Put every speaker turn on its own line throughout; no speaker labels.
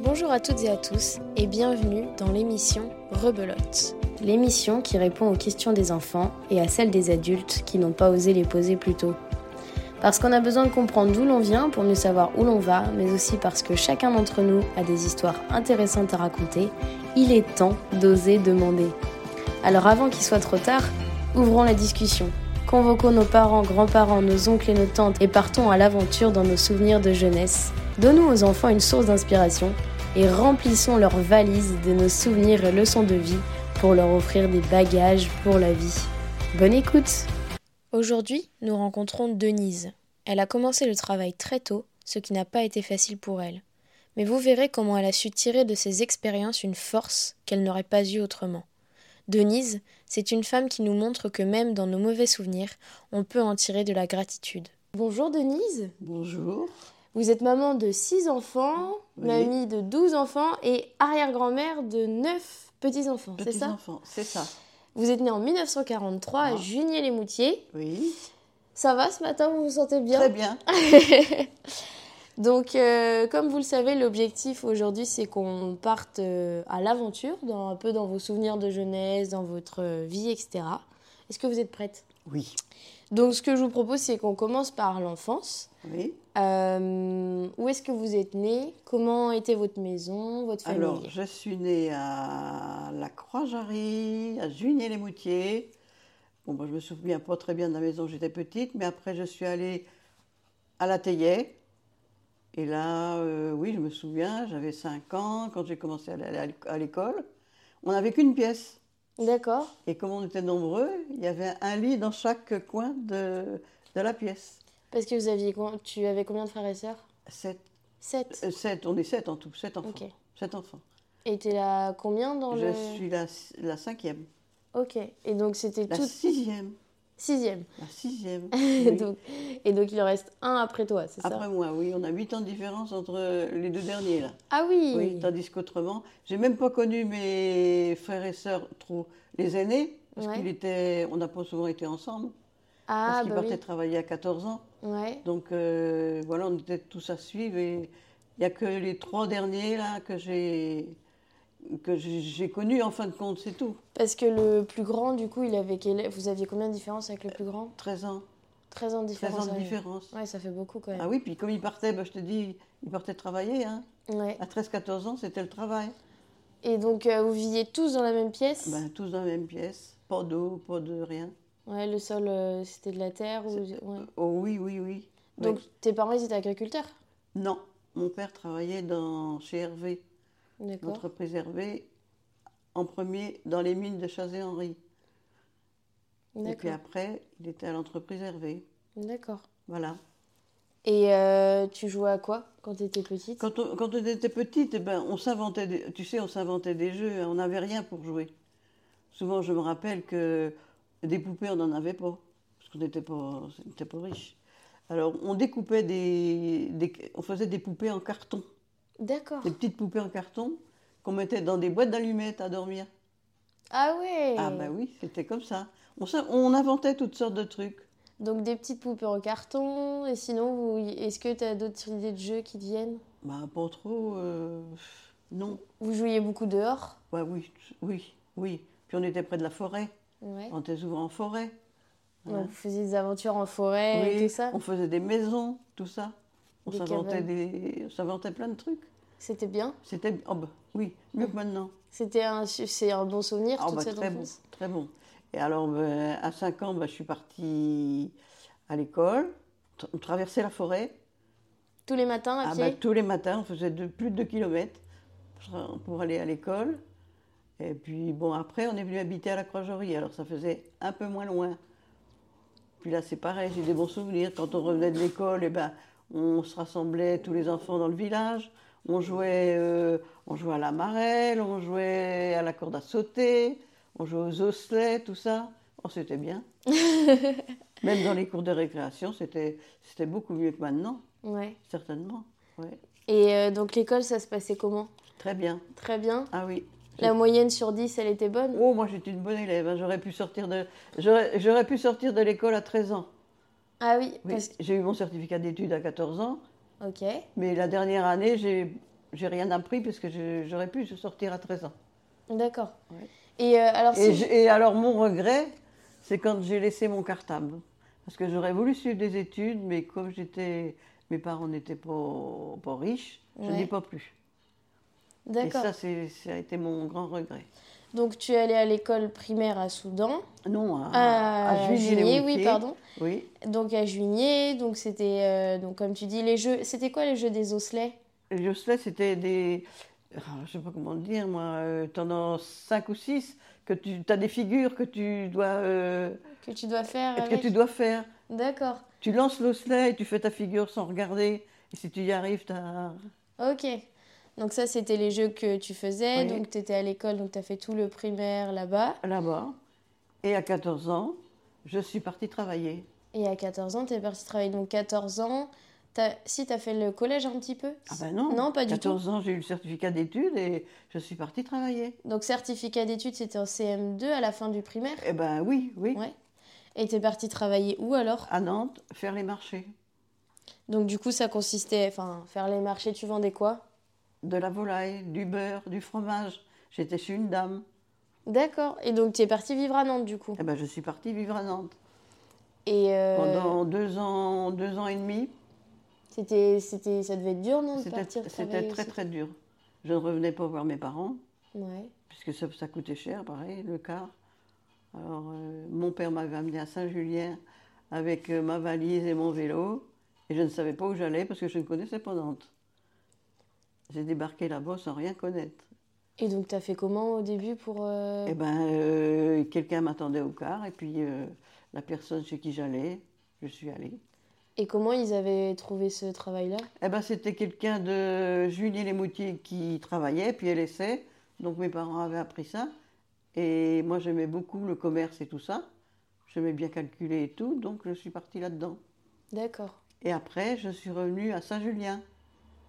Bonjour à toutes et à tous et bienvenue dans l'émission Rebelote.
L'émission qui répond aux questions des enfants et à celles des adultes qui n'ont pas osé les poser plus tôt. Parce qu'on a besoin de comprendre d'où l'on vient pour mieux savoir où l'on va, mais aussi parce que chacun d'entre nous a des histoires intéressantes à raconter, il est temps d'oser demander. Alors avant qu'il soit trop tard, ouvrons la discussion. Convoquons nos parents, grands-parents, nos oncles et nos tantes et partons à l'aventure dans nos souvenirs de jeunesse. Donnons aux enfants une source d'inspiration et remplissons leurs valises de nos souvenirs et leçons de vie pour leur offrir des bagages pour la vie. Bonne écoute
Aujourd'hui, nous rencontrons Denise. Elle a commencé le travail très tôt, ce qui n'a pas été facile pour elle. Mais vous verrez comment elle a su tirer de ses expériences une force qu'elle n'aurait pas eue autrement. Denise, c'est une femme qui nous montre que même dans nos mauvais souvenirs, on peut en tirer de la gratitude. Bonjour Denise,
Bonjour.
vous êtes maman de 6 enfants,
Oui.
mamie de 12 enfants et arrière-grand-mère de 9 petits-enfants, c'est ça
enfants, c'est ça.
Vous êtes née en 1943 à
Ah.
Junier-les-Moutiers.
Oui.
Ça va ce matin, vous vous sentez bien
Très bien.
Donc, euh, comme vous le savez, l'objectif aujourd'hui, c'est qu'on parte euh, à l'aventure, dans, un peu dans vos souvenirs de jeunesse, dans votre euh, vie, etc. Est-ce que vous êtes prête
Oui.
Donc, ce que je vous propose, c'est qu'on commence par l'enfance.
Oui.
Euh, où est-ce que vous êtes né Comment était votre maison, votre famille
Alors, je suis née à la Croix-Jarry, à Junier-les-Moutiers. Bon, moi, je me souviens pas très bien de la maison où j'étais petite, mais après, je suis allée à la Théier. Et là, euh, oui, je me souviens, j'avais 5 ans quand j'ai commencé à aller à l'éc- à l'école. On n'avait qu'une pièce.
D'accord.
Et comme on était nombreux, il y avait un lit dans chaque coin de, de la pièce.
Parce que vous aviez, quoi- tu avais combien de frères et sœurs
Sept,
Sept.
euh, sept, on est sept en tout, sept enfants.
Ok.
Sept enfants.
Et t'es là combien dans
Je
le...
suis la, la cinquième,
Ok. Et donc, c'était
la
tout...
sixième,
Sixième.
la sixième.
Et
oui.
donc- et donc, il en reste un après toi, c'est ça
Après moi, oui, on a huit ans de différence entre les deux derniers là.
Ah oui,
Oui, tandis qu'autrement, j'ai même pas connu mes frères et sœurs trop, les aînés, parce
Ouais.
qu'ils étaient, on n'a pas souvent été ensemble,
Ah
parce qu'ils
bah
partaient
oui.
travailler à 14 ans.
Ouais.
Donc euh, voilà, on était tous à suivre et il n'y a que les trois derniers là que j'ai que j'ai- j'ai connus en fin de compte, c'est tout.
Parce que le plus grand, du coup, il avait quel... Vous aviez combien de différence avec le plus grand
13 ans,
13 ans de
13
différence.
ans de
ouais.
différence.
Ouais, ça fait beaucoup quand même.
Ah oui, puis comme il partait, bah, je te dis, il partait travailler. Hein.
Ouais.
À 13-14 ans, c'était le travail.
Et donc, euh, vous viviez tous dans la même pièce
Ben, tous dans la même pièce, pas d'eau, pas de rien.
Ouais, le sol, euh, c'était de la terre ou... ouais.
Oh oui, oui, oui.
Donc,
Oui.
tes parents, ils étaient agriculteurs
Non, mon père travaillait dans, chez Hervé,
D'accord.
l'entreprise Hervé, en premier dans les mines de Chazé-Henri. Et puis
D'accord.
après, il était à l'entreprise Hervé.
D'accord.
Voilà.
Et euh, tu jouais à quoi quand t'étais petite
Quand on, quand on était petite, eh ben, on s'inventait, des- tu sais, on s'inventait des jeux, hein, on n'avait rien pour jouer. Souvent, je me rappelle que des poupées, on n'en avait pas, parce qu'on n'était pas, on n'était pas riches. Alors, on découpait des, des- On faisait des poupées en carton,
D'accord.
des petites poupées en carton qu'on mettait dans des boîtes d'allumettes à dormir.
Ah ouais
Ah, ben oui, c'était comme ça. On, s'in- on inventait toutes sortes de trucs.
Donc, des petites poupées en carton. Et sinon, vous... est-ce que t'as d'autres idées de jeux qui te viennent
Bah, pas trop. euh, non.
Vous jouiez beaucoup dehors
Ouais, oui, oui, oui. Puis on était près de la forêt.
Ouais.
On était souvent en forêt. Hein.
Donc, vous faisiez des aventures en forêt et
Oui,
Eh, tout ça.
On faisait des maisons, tout ça. On
Des
s'inventait
cabanes.
des... on s'inventait plein de trucs.
C'était bien.
C'était, oh bah, oui, mieux que maintenant.
C'était un, su- c'est un bon souvenir
Ah
toute
bah,
cette
très bon,
enfance.
très bon. Et alors, ben, à 5 ans, ben, je suis partie à l'école. Tra- On traversait la forêt.
Tous les matins à
Ah
pied.
ben, tous les matins, on faisait de- plus de 2 kilomètres pour- pour aller à l'école. Et puis, bon, après, on est venu habiter à la Croix-Jorie, alors ça faisait un peu moins loin. Puis là, c'est pareil, j'ai des bons souvenirs. Quand on revenait de l'école, eh ben, on se rassemblait tous les enfants dans le village. On jouait, euh, on jouait à la marelle, on jouait à la corde à sauter, on jouait aux osselets, tout ça. Oh, c'était bien. Même dans les cours de récréation, c'était c'était beaucoup mieux que maintenant,
Ouais.
certainement. Ouais.
Et euh, donc l'école, ça se passait comment
Très bien.
Très bien.
Ah oui.
La moyenne sur 10, elle était bonne.
Oh, moi j'étais une bonne élève. hein. J'aurais pu sortir de, j'aurais, j'aurais pu sortir de l'école à 13 ans.
Ah oui,
Oui,
parce-
J'ai eu mon certificat d'études à 14 ans,
Ok.
mais la dernière année, j'ai J'ai rien appris parce que je- j'aurais pu sortir à 13 ans.
D'accord.
Ouais.
Et euh, alors, si
Et, j'- et alors mon regret, c'est quand j'ai laissé mon cartable. Parce que j'aurais voulu suivre des études, mais comme j'étais, mes parents n'étaient pas, pas riches, je
Ouais.
n'ai pas plus. Et
D'accord.
ça, c'est- ça a été mon grand regret.
Donc, tu es allé à l'école primaire à Soudan.
Non, à,
À,
Ah, à Juigné-les
Juigné, Ah, oui,
Moutiers.
pardon.
Oui,
Donc, à Juigné, donc c'était, euh, donc comme tu dis, les jeux. C'était quoi les jeux des osselets
les osselets, c'était des. ah, Je sais pas comment dire, moi, euh, t'en as cinq ou six, que tu as des figures que tu dois, euh,
que tu dois faire
que
avec
tu dois faire.
D'accord.
Tu lances l'osselet et tu fais ta figure sans regarder. Et si tu y arrives, t'as.
Ok. Donc ça, c'était les jeux que tu faisais.
Oui.
Donc tu étais à l'école, donc tu as fait tout le primaire là-bas.
là-bas. Et à 14 ans, je suis partie travailler.
Et à 14 ans, tu es parti travailler. Donc 14 ans, t'as- si tu as fait le collège un petit peu
Ah ben non,
Non, pas du
14 ans, j'ai eu le certificat d'études et je suis partie travailler.
tout. Donc certificat d'études, c'était en CM2 à la fin du primaire.
Eh ben oui, oui,
Ouais. Et tu es parti travailler où alors
à Nantes, faire les marchés.
Donc du coup, ça consistait, enfin, faire les marchés, tu vendais quoi
De la volaille, du beurre, du fromage. J'étais chez une dame.
D'accord. Et donc tu es parti vivre à Nantes du coup.
Eh ben je suis partie vivre à Nantes.
Et euh,
Pendant deux ans, deux ans et demi,
c'était, c'était, ça devait être dur, non, de
c'était
partir
c'était
travailler
très
aussi
très dur. Je ne revenais pas voir mes parents,
Ouais.
puisque ça, ça coûtait cher, pareil, le quart. Alors, euh, mon père m'avait amené à Saint-Julien avec euh, ma valise et mon vélo, et je ne savais pas où j'allais parce que je ne connaissais pas Nantes. J'ai débarqué là-bas sans rien connaître.
Et donc, t'as fait comment au début pour... euh,
Eh ben, euh, quelqu'un m'attendait au quart, et puis euh, la personne chez qui j'allais, je suis allée.
Et comment ils avaient trouvé ce travail-là
Eh ben, c'était quelqu'un de Julien Lémoutier qui travaillait, puis elle laissait. Donc mes parents avaient appris ça. Et moi, j'aimais beaucoup le commerce et tout ça. J'aimais bien calculer et tout, donc je suis partie là-dedans.
D'accord.
Et après, je suis revenue à Saint-Julien.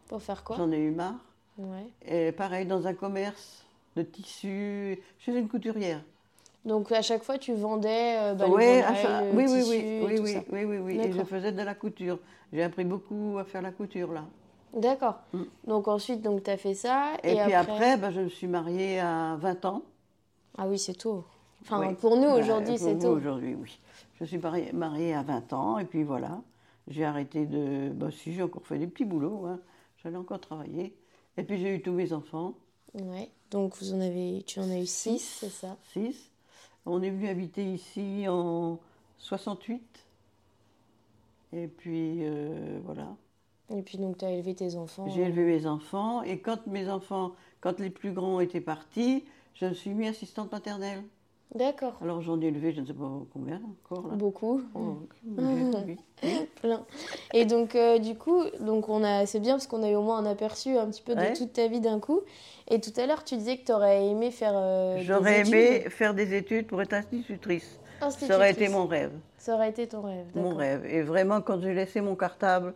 Pour faire quoi
J'en ai eu marre.
Ouais.
Et pareil, dans un commerce de tissus, chez une couturière.
Donc, à chaque fois, tu vendais euh, bah, les
Ouais, à
volailles,
chaque-
le
oui, oui,
tissu
oui,
et
oui,
tout
oui,
ça.
oui, oui, oui. Et je
D'accord.
faisais de la couture. J'ai appris beaucoup à faire la couture, là.
D'accord.
Mm.
Donc, ensuite, donc, t'as fait ça.
Et, puis après, ben, je me suis mariée à 20 ans.
Ah oui, c'est tôt. Enfin,
Oui.
pour nous,
Bah,
aujourd'hui,
pour
c'est
vous,
tôt.
Aujourd'hui, oui. Je suis mariée, mariée à 20 ans, et puis voilà. J'ai arrêté de. Bah, si, j'ai encore fait des petits boulots, hein. j'allais encore travailler. Et puis j'ai eu tous mes enfants,
Ouais. Donc, vous en avez... tu en as eu six,
Six.
c'est ça
6. On est venu habiter ici en 68. Et puis euh, voilà.
Et puis, donc, t'as élevé tes enfants.
J'ai élevé mes enfants, et quand mes enfants, quand les plus grands étaient partis, je me suis mis assistante maternelle.
D'accord.
Alors j'en ai élevé, je ne sais pas combien encore là.
Beaucoup.
Oh, mon Dieu, oui.
Plein. Et donc, euh, du coup, donc on a, c'est bien parce qu'on a eu au moins un aperçu un petit peu
Ouais.
de toute ta vie d'un coup. Et tout à l'heure, tu disais que tu aurais aimé faire. euh, des
J'aurais
études.
aimé faire des études pour être institutrice.
Institutrice.
Ça aurait été mon rêve,
Ça aurait été ton rêve.
mon
d'accord.
rêve. Et vraiment, quand j'ai laissé mon cartable,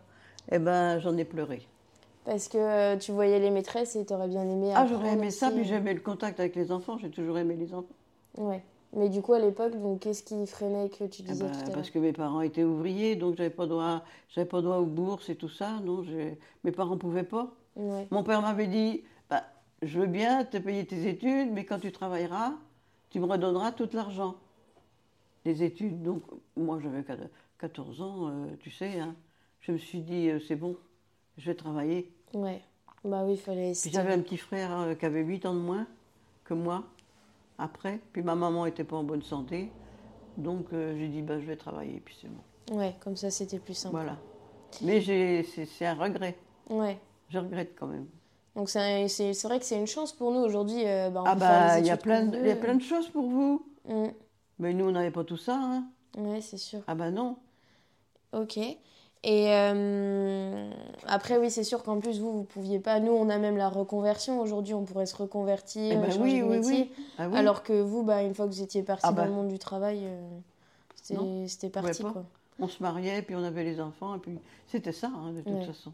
eh ben, j'en ai pleuré.
Parce que euh, tu voyais les maîtresses et tu aurais bien aimé.
Ah, j'aurais
apprendre
aimé ça,
aussi.
puis j'aimais le contact avec les enfants. J'ai toujours aimé les enfants.
Ouais. Mais du coup, à l'époque, donc qu'est-ce qui freinait que tu
Eh
disais
ben,
tout à l'heure
parce que mes parents étaient ouvriers, donc j'avais pas droit, j'avais pas droit aux bourses et tout ça. Non, j'ai- mes parents pouvaient pas.
Ouais.
Mon père m'avait dit, Bah, je veux bien te payer tes études, mais quand tu travailleras, tu me redonneras tout l'argent. Les études, donc moi j'avais quat- 14 ans, euh, tu sais, hein. je me suis dit, euh, c'est bon, je vais travailler.
Ouais. Bah oui, il fallait.
Puis j'avais un petit frère euh, qui avait 8 ans de moins que moi, après, puis ma maman n'était pas en bonne santé, donc euh, j'ai dit, bah, je vais travailler, puis c'est bon.
Ouais, comme ça, c'était plus simple.
Voilà. Mais j'ai- c'est c'est un regret,
Ouais.
je regrette quand même.
Donc c'est c'est- c'est vrai que c'est une chance pour nous aujourd'hui. euh, bah, on
Ah
peut faire
bah,
les
il y a
études
plein
qu'on
de-
veut.
il y a plein de choses pour vous.
Mm.
Mais nous, on n'avait pas tout ça. Hein.
Ouais, c'est sûr.
Ah ben non.
Ok. Et euh, après, oui, c'est sûr qu'en plus, vous, vous pouviez pas. Nous, on a même la reconversion. Aujourd'hui, on pourrait se reconvertir,
Eh ben
changer
oui,
de
oui,
métier.
oui. Ah oui.
Alors que vous, bah, une fois que vous étiez parti
Ah
dans
bah.
le monde du travail, euh, c'était-
Non,
c'était
pouvait
parti,
pas.
quoi.
On se mariait, puis on avait les enfants, et puis c'était ça, hein, de toute
Ouais.
façon.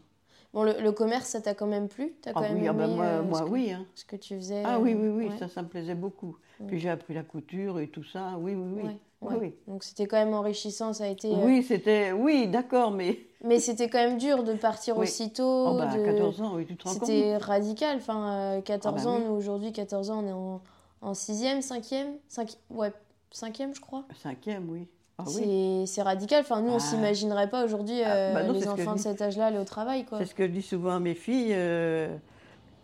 Bon, le, le commerce, ça t'a quand même plu? T'as
Ah
quand même
oui, ah ben
aimé,
moi,
euh,
moi,
ce que,
oui. hein.
ce que tu faisais,
Ah oui, oui,
euh,
oui,
ouais.
ça, ça me plaisait beaucoup.
Ouais.
Puis j'ai appris la couture et tout ça. Oui, oui, oui.
Ouais. Ouais.
Oui.
Donc c'était quand même enrichissant, ça a été. euh,
Oui, c'était. Oui, d'accord, mais.
Mais c'était quand même dur de partir
Oui.
aussitôt.
Oh, bah,
de-
14 ans, oui, tu te rends compte.
C'était radical. Enfin, euh, 14
Ah bah
ans,
oui.
nous aujourd'hui, 14 ans, on est en, en 6e, 5e, 5 ouais, 5e, je crois.
Cinquième, oui. Ah
c'est
oui.
c'est radical. Enfin, nous, on
Ah.
s'imaginerait pas aujourd'hui
Ah,
euh,
bah non, c'est
les
ce que je
enfants de
dis.
cet âge-là aller au travail, quoi.
C'est ce que je dis souvent à mes filles. euh,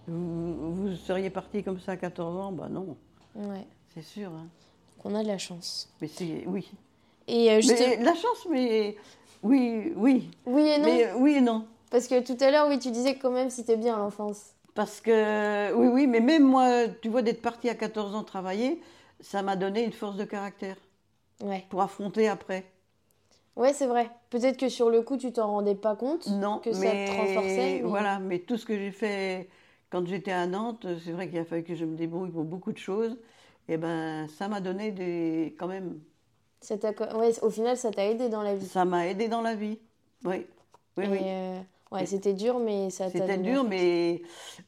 vous, vous seriez partis comme ça à 14 ans Bah non,
Ouais.
c'est sûr. hein.
Qu'on a de la chance.
Mais c'est. Oui.
Et euh, juste-
Mais la chance, mais. Oui, oui.
Oui et non.
Mais euh, oui et non.
Parce que tout à l'heure, oui, tu disais que quand même c'était bien l'enfance.
Parce que, euh, oui, oui, mais même moi, tu vois, d'être partie à 14 ans travailler, ça m'a donné une force de caractère
Ouais.
pour affronter après.
Ouais, c'est vrai. Peut-être que sur le coup, tu t'en rendais pas compte.
Non,
Que ça te
mais
renforçait, mais-
voilà, mais tout ce que j'ai fait quand j'étais à Nantes, c'est vrai qu'il a fallu que je me débrouille pour beaucoup de choses, et ben ça m'a donné des, quand même,
Ça t'a co- ouais, au final, ça t'a aidé dans la vie.
ça m'a aidé dans la vie. Oui, oui,
Et,
oui.
euh, ouais,
Oui.
c'était dur, mais ça t'a
C'était
donné
dur,
envie.
mais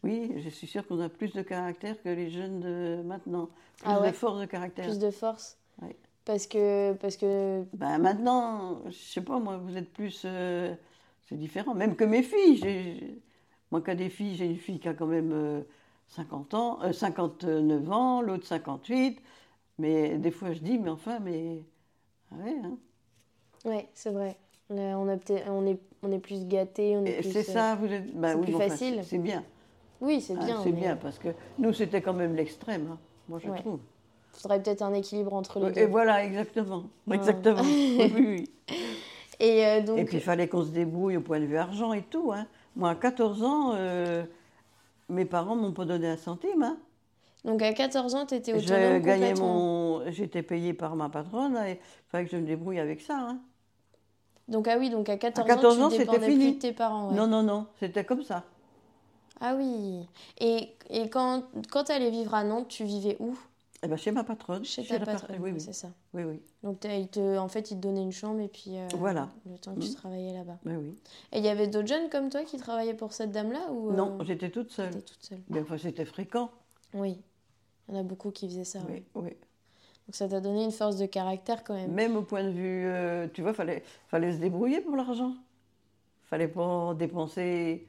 oui, je suis sûre qu'on a plus de caractère que les jeunes de maintenant, plus
Ah ouais.
de force de caractère.
plus de force.
Ouais.
Parce que, parce que
Ben maintenant, je sais pas, moi, vous êtes plus. euh, c'est différent, même que mes filles. j'ai- j'ai- moi, quand des filles, j'ai une fille qui a quand même euh, 50 ans, euh, 59 ans, l'autre 58. Mais des fois, je dis, mais enfin, mais. ah Ouais, hein.
ouais, c'est vrai. Là, on a peut-être on est on est plus gâté, on est
Et
plus
C'est
euh,
ça, vous êtes. ben
c'est
oui,
plus
mais enfin,
facile.
c'est- C'est bien.
Oui, c'est
hein,
bien.
c'est
mais
bien, parce que nous, c'était quand même l'extrême, hein, moi, je
Ouais.
trouve.
Faudrait peut-être un équilibre entre les
Et
deux.
voilà, exactement.
Ah.
Exactement. Oui, oui, oui.
Et euh, donc
Et puis il fallait qu'on se débrouille au point de vue argent et tout. hein. Moi, à 14 ans, euh, mes parents m'ont pas donné un centime. hein.
donc à 14 ans, tu étais
Je
autonome
gagnais
complètement.
mon... J'étais payée par ma patronne et il fallait que je me débrouille avec ça. hein.
Donc ah oui, donc à 14,
14
ans,
ans,
tu
c'était
dépendais
fini.
plus de tes parents. ouais.
Non, non, non, c'était comme ça.
Ah oui. Et, et quand quand tu allais vivre à Nantes, tu vivais où
Eh ben, chez ma patronne.
Chez
la
ta
patronne,
patronne,
Oui, oui,
c'est ça.
oui, oui.
Donc t'as- il te, en fait, ils te donnaient une chambre et puis euh,
Voilà.
le temps que tu
Mhm.
travaillais là-bas.
oui, oui.
Et il y avait d'autres jeunes comme toi qui travaillaient pour cette dame-là ou
Non,
euh,
j'étais toute seule.
t'étais toute seule
Mais enfin, c'était fréquent.
Oui, il y en a beaucoup qui faisaient ça. ouais.
Oui, Mm. oui.
Donc ça t'a donné une force de caractère quand même.
Même au point de vue, euh, tu vois, fallait, fallait se débrouiller pour l'argent. Fallait pas dépenser,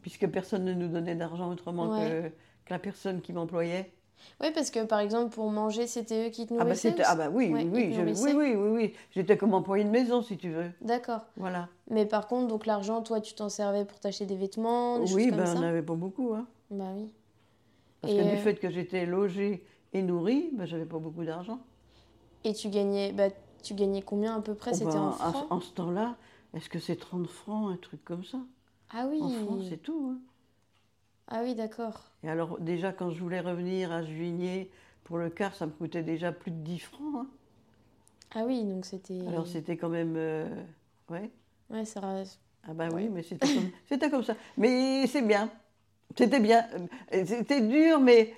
puisque personne ne nous donnait d'argent autrement
Ouais.
que, que la personne qui m'employait.
Oui, parce que par exemple pour manger, c'était eux qui te
Ah bah
nourrissaient.
c'était,
aussi
ah bah oui,
Ouais,
oui,
ils
oui,
te
je-
nourrissaient.
oui, oui, oui, oui. J'étais comme employée de maison, si tu veux.
D'accord.
Voilà.
Mais par contre, donc l'argent, toi, tu t'en servais pour t'acheter des vêtements, des
Oui,
choses comme
ben on
ça.
n'avait pas beaucoup, hein.
Bah oui.
Parce
Et,
que
euh,
du fait que j'étais logée et nourrie, ben j'avais pas beaucoup d'argent.
Et tu gagnais, bah, tu gagnais combien à peu près?
Oh,
C'était
ben,
en
à-
francs?
en ce temps-là, est-ce que c'est 30 francs, un truc comme ça
Ah oui.
En France, c'est tout. hein.
Ah oui, d'accord.
Et alors, déjà, quand je voulais revenir à Juigné pour le quart, ça me coûtait déjà plus de 10 francs. hein.
Ah oui, donc c'était.
Alors, c'était quand même. euh, Ouais.
Ouais, ça. ra-
Ah, ben oui, mais c'était comme... c'était comme ça. Mais c'est bien. C'était bien. Euh, C'était dur, mais.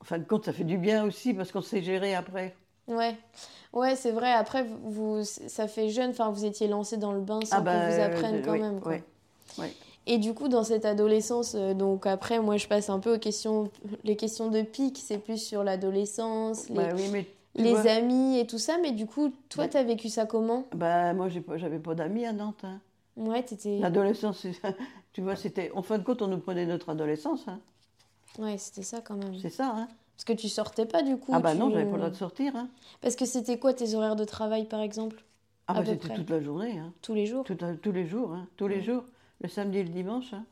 En fin de compte, ça fait du bien aussi parce qu'on s'est géré après.
Ouais, ouais, c'est vrai. Après, vous, vous- ça fait jeune. Enfin, vous étiez lancé dans le bain sans
ah, ben,
qu'on vous apprenne
euh,
quand
oui,
même, quoi.
oui.
Et du coup, dans cette adolescence, euh, donc après, moi, je passe un peu aux questions, les questions de pic. C'est plus sur l'adolescence, les,
Ben oui, mais. tu
les
vois,
amis et tout ça. Mais du coup, toi,
Ouais.
t'as vécu ça comment?
ben, moi, j'ai pas- j'avais pas d'amis à Nantes. hein.
Ouais, t'étais.
L'adolescence, c'est- tu vois, c'était. En fin de compte, on nous prenait notre adolescence. hein.
Ouais, c'était ça quand même.
C'est ça. hein.
Parce que tu sortais pas du coup.
Ah, ben
tu-
non, j'avais pas le droit de sortir. hein.
Parce que c'était quoi tes horaires de travail, par exemple?
Ah,
À
bah,
peu
c'était
près.
toute la journée, hein.
Tous les jours?
Tout à- tous les jours, hein. tous les
Ouais.
jours, le samedi et le dimanche, hein.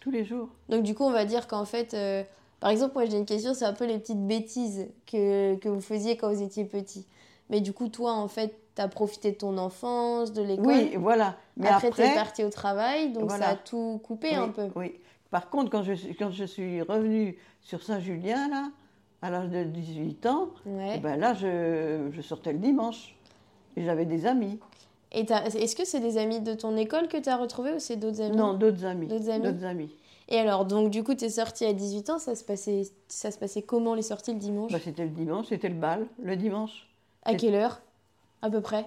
tous les jours.
Donc du coup, on va dire qu'en fait, euh, par exemple, moi j'ai une question, c'est un peu les petites bêtises que, que vous faisiez quand vous étiez petit. Mais du coup, toi, en fait, t'as profité de ton enfance, de l'école.
Oui, voilà. Mais
après,
après,
t'es parti au travail, donc
Voilà.
ça a tout coupé
oui,
un peu.
oui. Par contre, quand je, suis- quand je suis revenue sur Saint-Julien, là, à l'âge de 18 ans,
Ouais.
eh ben là, je, je sortais le dimanche. Et j'avais des amis.
Et t'as- est-ce que c'est des amis de ton école que t'as retrouvés ou c'est d'autres amis
Non, d'autres amis.
D'autres amis. Et alors, donc du coup, t'es sorti à 18 ans, ça se passait, ça se passait comment les sorties le dimanche
Bah, c'était le dimanche, c'était le bal, le dimanche.
À quelle heure À peu près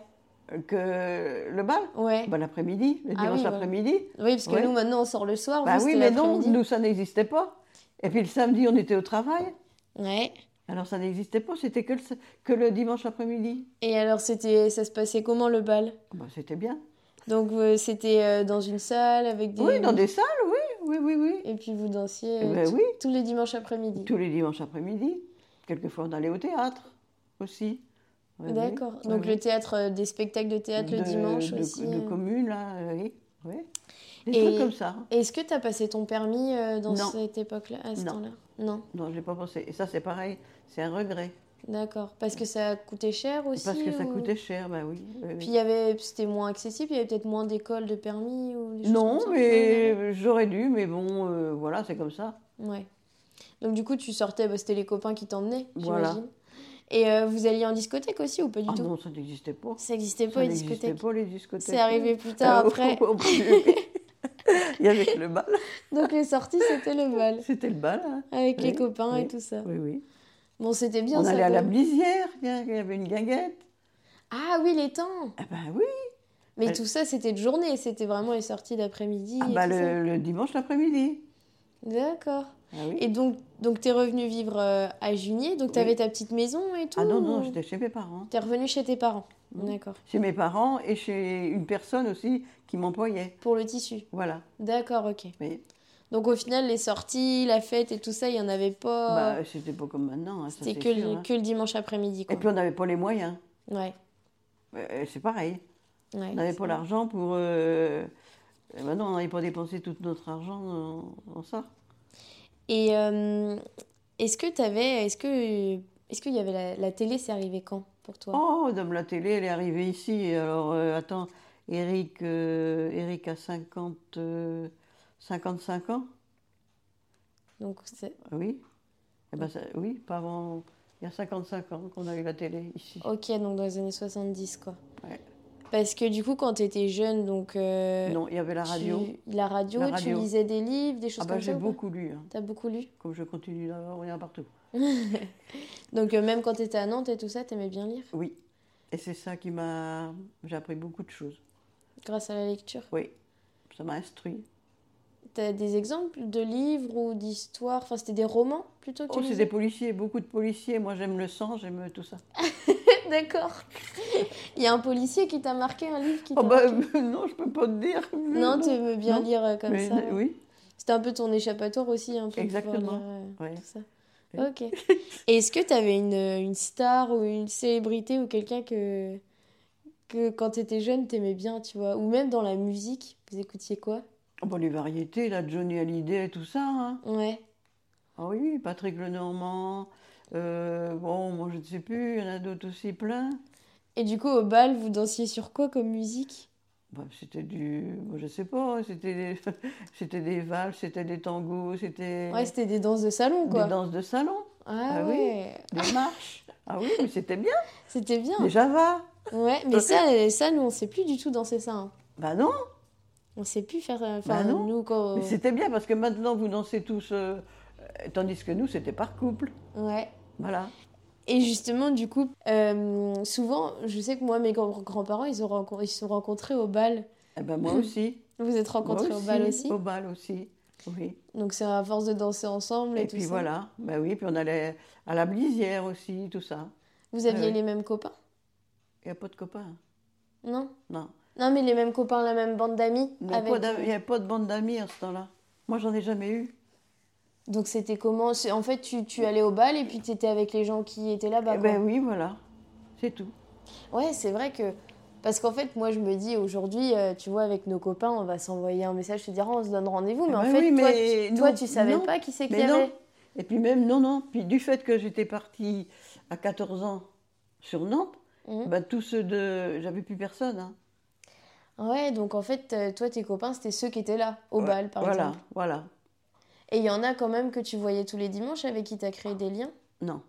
Euh, Que le bal
Ouais.
bah, L'après-midi, le
Ah
dimanche
oui, voilà.
l'après-midi.
oui, parce que
ouais.
nous, maintenant, on sort le soir.
Bah
vous,
oui,
c'était
mais non,
l'après-midi.
nous, ça n'existait pas. Et puis le samedi, on était au travail.
Ouais.
Alors ça n'existait pas, c'était que le, que le dimanche après-midi.
Et alors, c'était, ça se passait comment le bal
Bah, c'était bien.
Donc, euh, c'était euh, dans une salle avec des.
Oui, dans des salles, oui, oui, oui, oui.
Et puis, vous dansiez
Eh
euh,
ben
tous-
oui.
tous les dimanches après-midi.
Tous les dimanches après-midi. Quelquefois, on allait au théâtre aussi. Oui, oui.
D'accord.
Oui,
Donc,
oui.
le théâtre, euh, des spectacles de théâtre le
De-
dimanche
de,
aussi.
De
euh.
communes, là, oui. oui. Des
Et-
trucs comme ça. hein.
Est-ce que tu as passé ton permis euh, dans
Non.
cette époque-là, à ce
Non.
temps-là Non.
Non, je l'ai pas pensé. Et ça, c'est pareil, c'est un regret.
D'accord. Parce que ça coûtait cher aussi
Parce que ça
ou-
coûtait cher, bah oui. oui, oui.
Puis il y avait, c'était moins accessible, il y avait peut-être moins d'écoles de permis ou des choses
non,
comme ça.
mais j'aurais dû, mais bon, euh, voilà, c'est comme ça.
Ouais. Donc du coup, tu sortais, bah, c'était les copains qui t'emmenaient,
Voilà.
j'imagine. Et euh, vous alliez en discothèque aussi ou pas du
Ah
tout
non, ça n'existait pas.
Ça n'existait
Ça
pas les
n'existait
discothèques.
pas, les discothèques.
C'est arrivé plus tard
Euh,
après.
au- au premier mai. Il y avait que le bal. hein.
Donc les sorties, c'était le bal
C'était le bal. hein.
avec les
Oui,
copains et
oui.
tout ça.
Oui, oui.
Bon, c'était bien
on
ça.
allait à
quand
la
même.
Blizière, tiens, il y avait une guinguette.
Ah oui, les temps.
Ah bah oui.
Mais
Elle-
tout ça, c'était de journée, c'était vraiment les sorties d'après-midi
Ah
et
bah
tout ça.
le, le dimanche l'après-midi.
D'accord.
Ah oui.
Et donc, donc t'es revenu vivre euh, à Junier, donc t'avais
Oui.
ta petite maison et tout.
Ah non,
ou-
non, j'étais chez mes parents.
T'es revenu chez tes parents.
Mm.
D'accord.
Chez mes parents et chez une personne aussi qui m'employait.
Pour le tissu.
Voilà.
D'accord, ok.
Mais
Donc au final, les sorties, la fête et tout ça, il n'y en avait pas.
bah, c'était pas comme maintenant. hein, ça,
Oh. C'était
c'est
que, le-
sûr, hein.
que le dimanche après-midi, quoi.
Et puis on n'avait pas les moyens.
Ouais.
Euh, c'est pareil.
ouais,
On n'avait
c'est
pas
vrai.
l'argent pour. euh, euh, Maintenant, on n'avait pas dépensé tout notre argent en, en ça.
Et euh, est-ce que t'avais, est-ce que, est-ce qu'il y avait la, la télé, c'est arrivé quand pour toi?
Oh, dame la télé, elle est arrivée ici. Et Alors, euh, attends, Eric, euh, Eric a 50, euh, 55 ans
Donc c'est,
Ah Oui. Eh ben, ça- oui, pas avant. Il y a 55 ans qu'on a eu la télé ici.
ok, donc dans les années 70, quoi.
Ouais.
Parce que du coup, quand t'étais jeune, donc euh,
non, il y avait la
tu-
radio.
la radio,
La
tu
radio.
lisais des livres, des choses
Ah, bah,
comme ça.
j'ai
ou pas
beaucoup lu, hein.
T'as beaucoup lu?
comme je continue d'avoir, on y en a partout.
Donc euh, même quand t'étais à Nantes et tout ça, t'aimais bien lire
Oui. Et c'est ça qui m'a. J'ai appris beaucoup de choses.
grâce à la lecture.
Oui. Ça m'a instruit.
T'as des exemples de livres ou d'histoires Enfin, c'était des romans plutôt que tu
Oh, c'est
lisais
des policiers, beaucoup de policiers. Moi, j'aime le sang, j'aime tout ça.
D'accord. Il y a un policier qui t'a marqué un livre qui t'a
Oh, bah,
marqué
non, je peux pas te dire.
Non, tu aimes bien
Non.
lire euh, comme
Mais,
ça.
Oui,
C'était un peu ton échappatoire aussi, un peu de pouvoir
Exactement.
lire, euh,
Ouais.
tout ça.
Ouais.
Ok. Et Est-ce que t'avais une, euh, une star ou une célébrité ou quelqu'un que, que quand t'étais jeune t'aimais bien, tu vois Ou même dans la musique, vous écoutiez quoi
Oh, bah, les variétés, là, Johnny Hallyday et tout ça. hein.
Ouais.
Ah oui, Patrick Lenormand. euh, bon, moi, je ne sais plus, il y en a d'autres aussi plein.
Et du coup, au bal, vous dansiez sur quoi comme musique
Bah, c'était du. moi, je sais pas, hein, c'était des, c'était des valses, c'était des tangos, c'était
Ouais, c'était des danses de salon,
Euh, des
quoi.
danses de salon,
Ah,
Ah oui.
ouais.
des marches. Ah oui, mais c'était bien,
C'était bien.
des javas.
Ouais, mais ça, ça, nous, on sait plus du tout danser ça. hein.
Bah non,
On sait plus faire. euh, Enfin,
Bah non.
nous, quand.
mais c'était bien parce que maintenant vous dansez tous, euh, euh, tandis que nous c'était par couple.
Ouais.
Voilà.
Et justement, du coup, euh, souvent, je sais que moi, mes grands- grands-parents, ils, ont rencon- ils se sont rencontrés au bal.
Et ben moi aussi.
Vous vous êtes
Moi
rencontrés au bal aussi.
Au bal aussi. Oui.
Donc, c'est à force de danser ensemble et,
Et
tout
puis
ça.
voilà. Bah oui, puis on allait à la Blizière aussi, tout ça.
Vous aviez
Ouais, ouais.
les mêmes copains
Il n'y a pas de copains. hein.
Non
Non.
Non, mais les mêmes copains, la même bande d'amis.
Il n'y a,
avec-
pas d'am- il y a pas de bande d'amis à ce temps-là. Moi j'en ai jamais eu.
Donc, c'était comment C'est- En fait, tu, tu allais au bal et puis tu étais avec les gens qui étaient là-bas.
Eh
Bah quoi.
ben oui, voilà. C'est tout.
Ouais, c'est vrai que. Parce qu'en fait, moi, je me dis aujourd'hui, euh, tu vois, avec nos copains, on va s'envoyer un message, se dire, Ah, on se donne rendez-vous. Mais
Ah
en
bah
fait,
oui,
toi,
mais
tu, toi,
non,
tu savais
non.
pas qui c'est qu'il y
Mais non.
avait.
Et puis même, non, non. Puis du fait que j'étais partie à 14 ans sur Nantes,
Mhm.
bah, tous ceux de... J'avais plus personne. hein.
Ouais, donc en fait, euh, toi, tes copains, c'était ceux qui étaient là, au
Ouais,
bal, par
voilà,
exemple.
Voilà,
Et il y en a quand même que tu voyais tous les dimanches avec qui tu as créé des liens?
Non,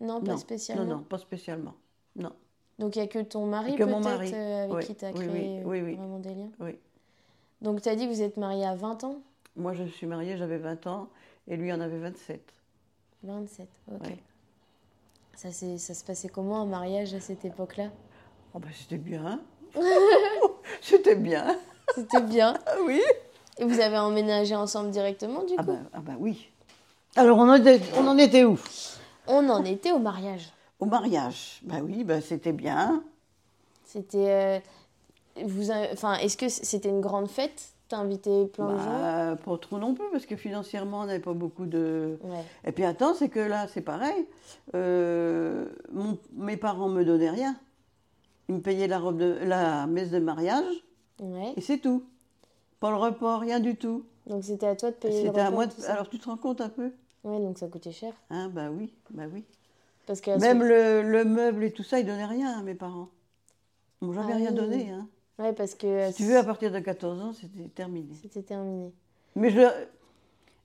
Non, pas
Non, non,
spécialement.
non, pas spécialement. Non,
Donc il y a que ton mari,
que mon
peut-être,
mari.
euh, avec
Oui,
qui tu as
oui, oui,
créé euh,
oui, oui.
vraiment des liens.
oui.
Donc tu as dit que vous êtes mariés à 20 ans?
Moi, je suis mariée, j'avais 20 ans, et lui en avait 27.
27, ok.
Ouais.
Ça, c'est, ça se passait comment un mariage à cette époque-là?
Oh, bah, c'était bien. hein. c'était bien.
C'était bien.
Ah oui
Et vous avez emménagé ensemble directement, du
ah
coup?
bah, ah bah oui. Alors, on, en était- on en était où
On en était au mariage.
Au mariage, ben oui, ben c'était bien.
C'était. euh, vous, in- enfin, est-ce que c'était une grande fête T'as invité plein de gens
Bah, pas trop non plus, parce que financièrement, on n'avait pas beaucoup de.
Ouais.
Et puis attends, c'est que là, c'est pareil. Euh, mon- mes parents me donnaient rien. Ils me payaient la, robe de, la messe de mariage,
Ouais.
et c'est tout. Pas le repas, rien du tout.
Donc c'était à toi de payer le
C'était à
repas
moi.
et
de-
tout ça.
Alors tu te rends compte un peu
Ouais, donc ça coûtait cher.
Hein, bah oui, bah oui.
Parce que
Même le, le meuble et tout ça, ils donnaient rien à mes parents. Ils m'ont jamais
Ah
rien
oui.
donné. Hein.
Ouais, parce que
Si tu veux, à partir de 14 ans, c'était terminé.
c'était terminé.
Mais je.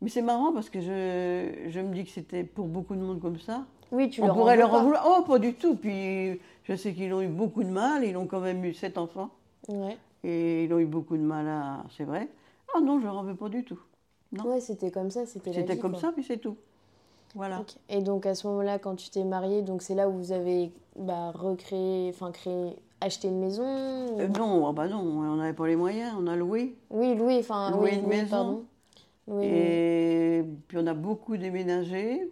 Mais c'est marrant parce que je, je me dis que c'était pour beaucoup de monde comme ça.
Oui, tu
On
leur en
pourrait
veux
leur en
pas.
vouloir. Oh, pas du tout. Puis je sais qu'ils ont eu beaucoup de mal. Ils ont quand même eu sept enfants.
Ouais.
Et ils ont eu beaucoup de mal à. C'est vrai. Ah non, je leur en veux pas du tout. Non.
Ouais, c'était comme ça, c'était la
C'était
vie,
comme
quoi.
ça, puis c'est tout. Voilà.
Ok. Et donc à ce moment-là, quand tu t'es mariée, donc c'est là où vous avez bah, recréé, enfin créé, acheté une maison. ou-
Euh, non, ah bah non, on n'avait pas les moyens, on a loué.
Oui, loué, enfin
Louer
oui,
une
loué,
maison.
pardon. Loué, loué.
Et puis on a beaucoup déménagé.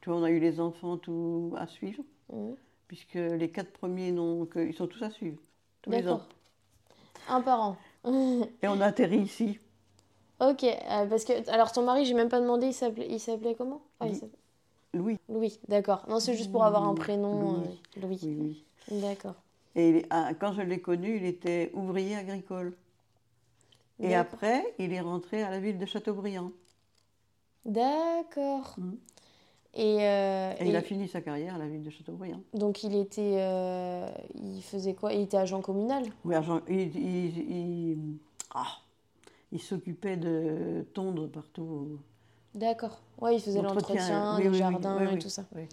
Tu vois, on a eu les enfants tout à suivre,
Mhm.
puisque les quatre premiers, n'ont que- ils sont tous à suivre. Tous les ans.
Mmh. D'accord. Un par an.
Et on a atterri ici.
Ok, euh, parce que alors ton mari, j'ai même pas demandé, il s'appelait, il s'appelait comment Ah, il
Guy.
s'appelait-
Louis,
Louis. D'accord. Non, c'est juste pour avoir un
Louis.
prénom.
Louis.
euh, Louis.
oui, oui.
D'accord.
Et il est- ah, quand je l'ai connu, il était ouvrier agricole. Et
D'accord.
après, il est rentré à la ville de Châteaubriand.
D'accord.
Mhm.
Et, euh,
Et, il
et-
a fini sa carrière à la ville de Châteaubriand.
donc il était, euh, il faisait quoi Il était agent communal.
Oui, agent- il, il- il- ah, il s'occupait de tondre partout.
D'accord. Ouais, il faisait l'entretien,
oui,
le
oui, oui,
jardin
oui,
et
oui,
tout ça.
oui.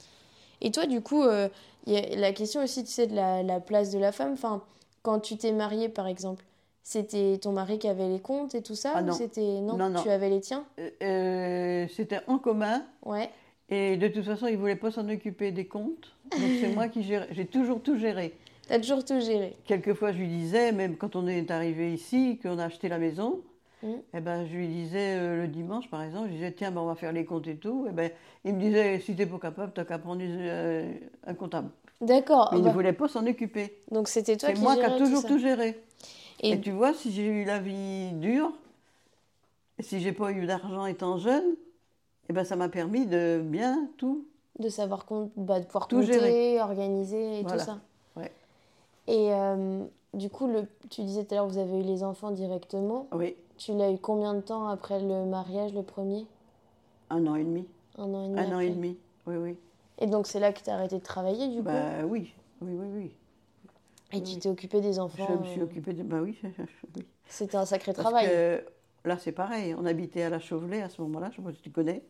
Et toi, du coup, euh, il y a la question aussi, tu sais, de la, la place de la femme. Enfin, quand tu t'es mariée, par exemple, c'était ton mari qui avait les comptes et tout ça
Ah
ou
non.
c'était non,
Non, non.
tu avais les tiens?
Euh, euh, C'était en commun.
Ouais.
Et de toute façon, il ne voulait pas s'en occuper des comptes. Donc c'est moi qui gérais. J'ai toujours tout géré.
T'as toujours tout géré.
Quelquefois, je lui disais, même quand on est arrivé ici, qu'on a acheté la maison,
Mhm.
eh ben, je lui disais euh, le dimanche, par exemple, je disais, tiens, ben, on va faire les comptes et tout. Eh ben, il me disait, si t'es pas capable, t'as qu'à prendre une- euh, un comptable.
D'accord.
Mais il
bah,
ne voulait pas s'en occuper.
donc c'était toi
C'est
qui
moi qui
gérais
a toujours
tout ça.
tout géré.
Et,
Et tu vois, si j'ai eu la vie dure, si j'ai pas eu d'argent étant jeune, eh ben, ça m'a permis de bien tout.
de savoir com- bah, de pouvoir
Tout
compter,
gérer.
organiser et
Voilà.
tout ça.
Ouais.
Et euh, du coup, le, tu disais tout à l'heure, vous avez eu les enfants directement.
Oui,
Tu l'as eu combien de temps après le mariage, le premier?
un an et demi.
Un an et demi
Un an et
après.
demi. Oui, oui.
Et donc c'est là que t'as arrêté de travailler du coup
Bah oui, oui, oui, oui.
et tu
oui.
t'es occupé des enfants.
Je me suis
euh,
occupée de. Bah oui, oui.
C'était un sacré
Parce
travail.
que là, c'est pareil. On habitait à la Chauvelée à ce moment-là, je ne sais pas si tu connais.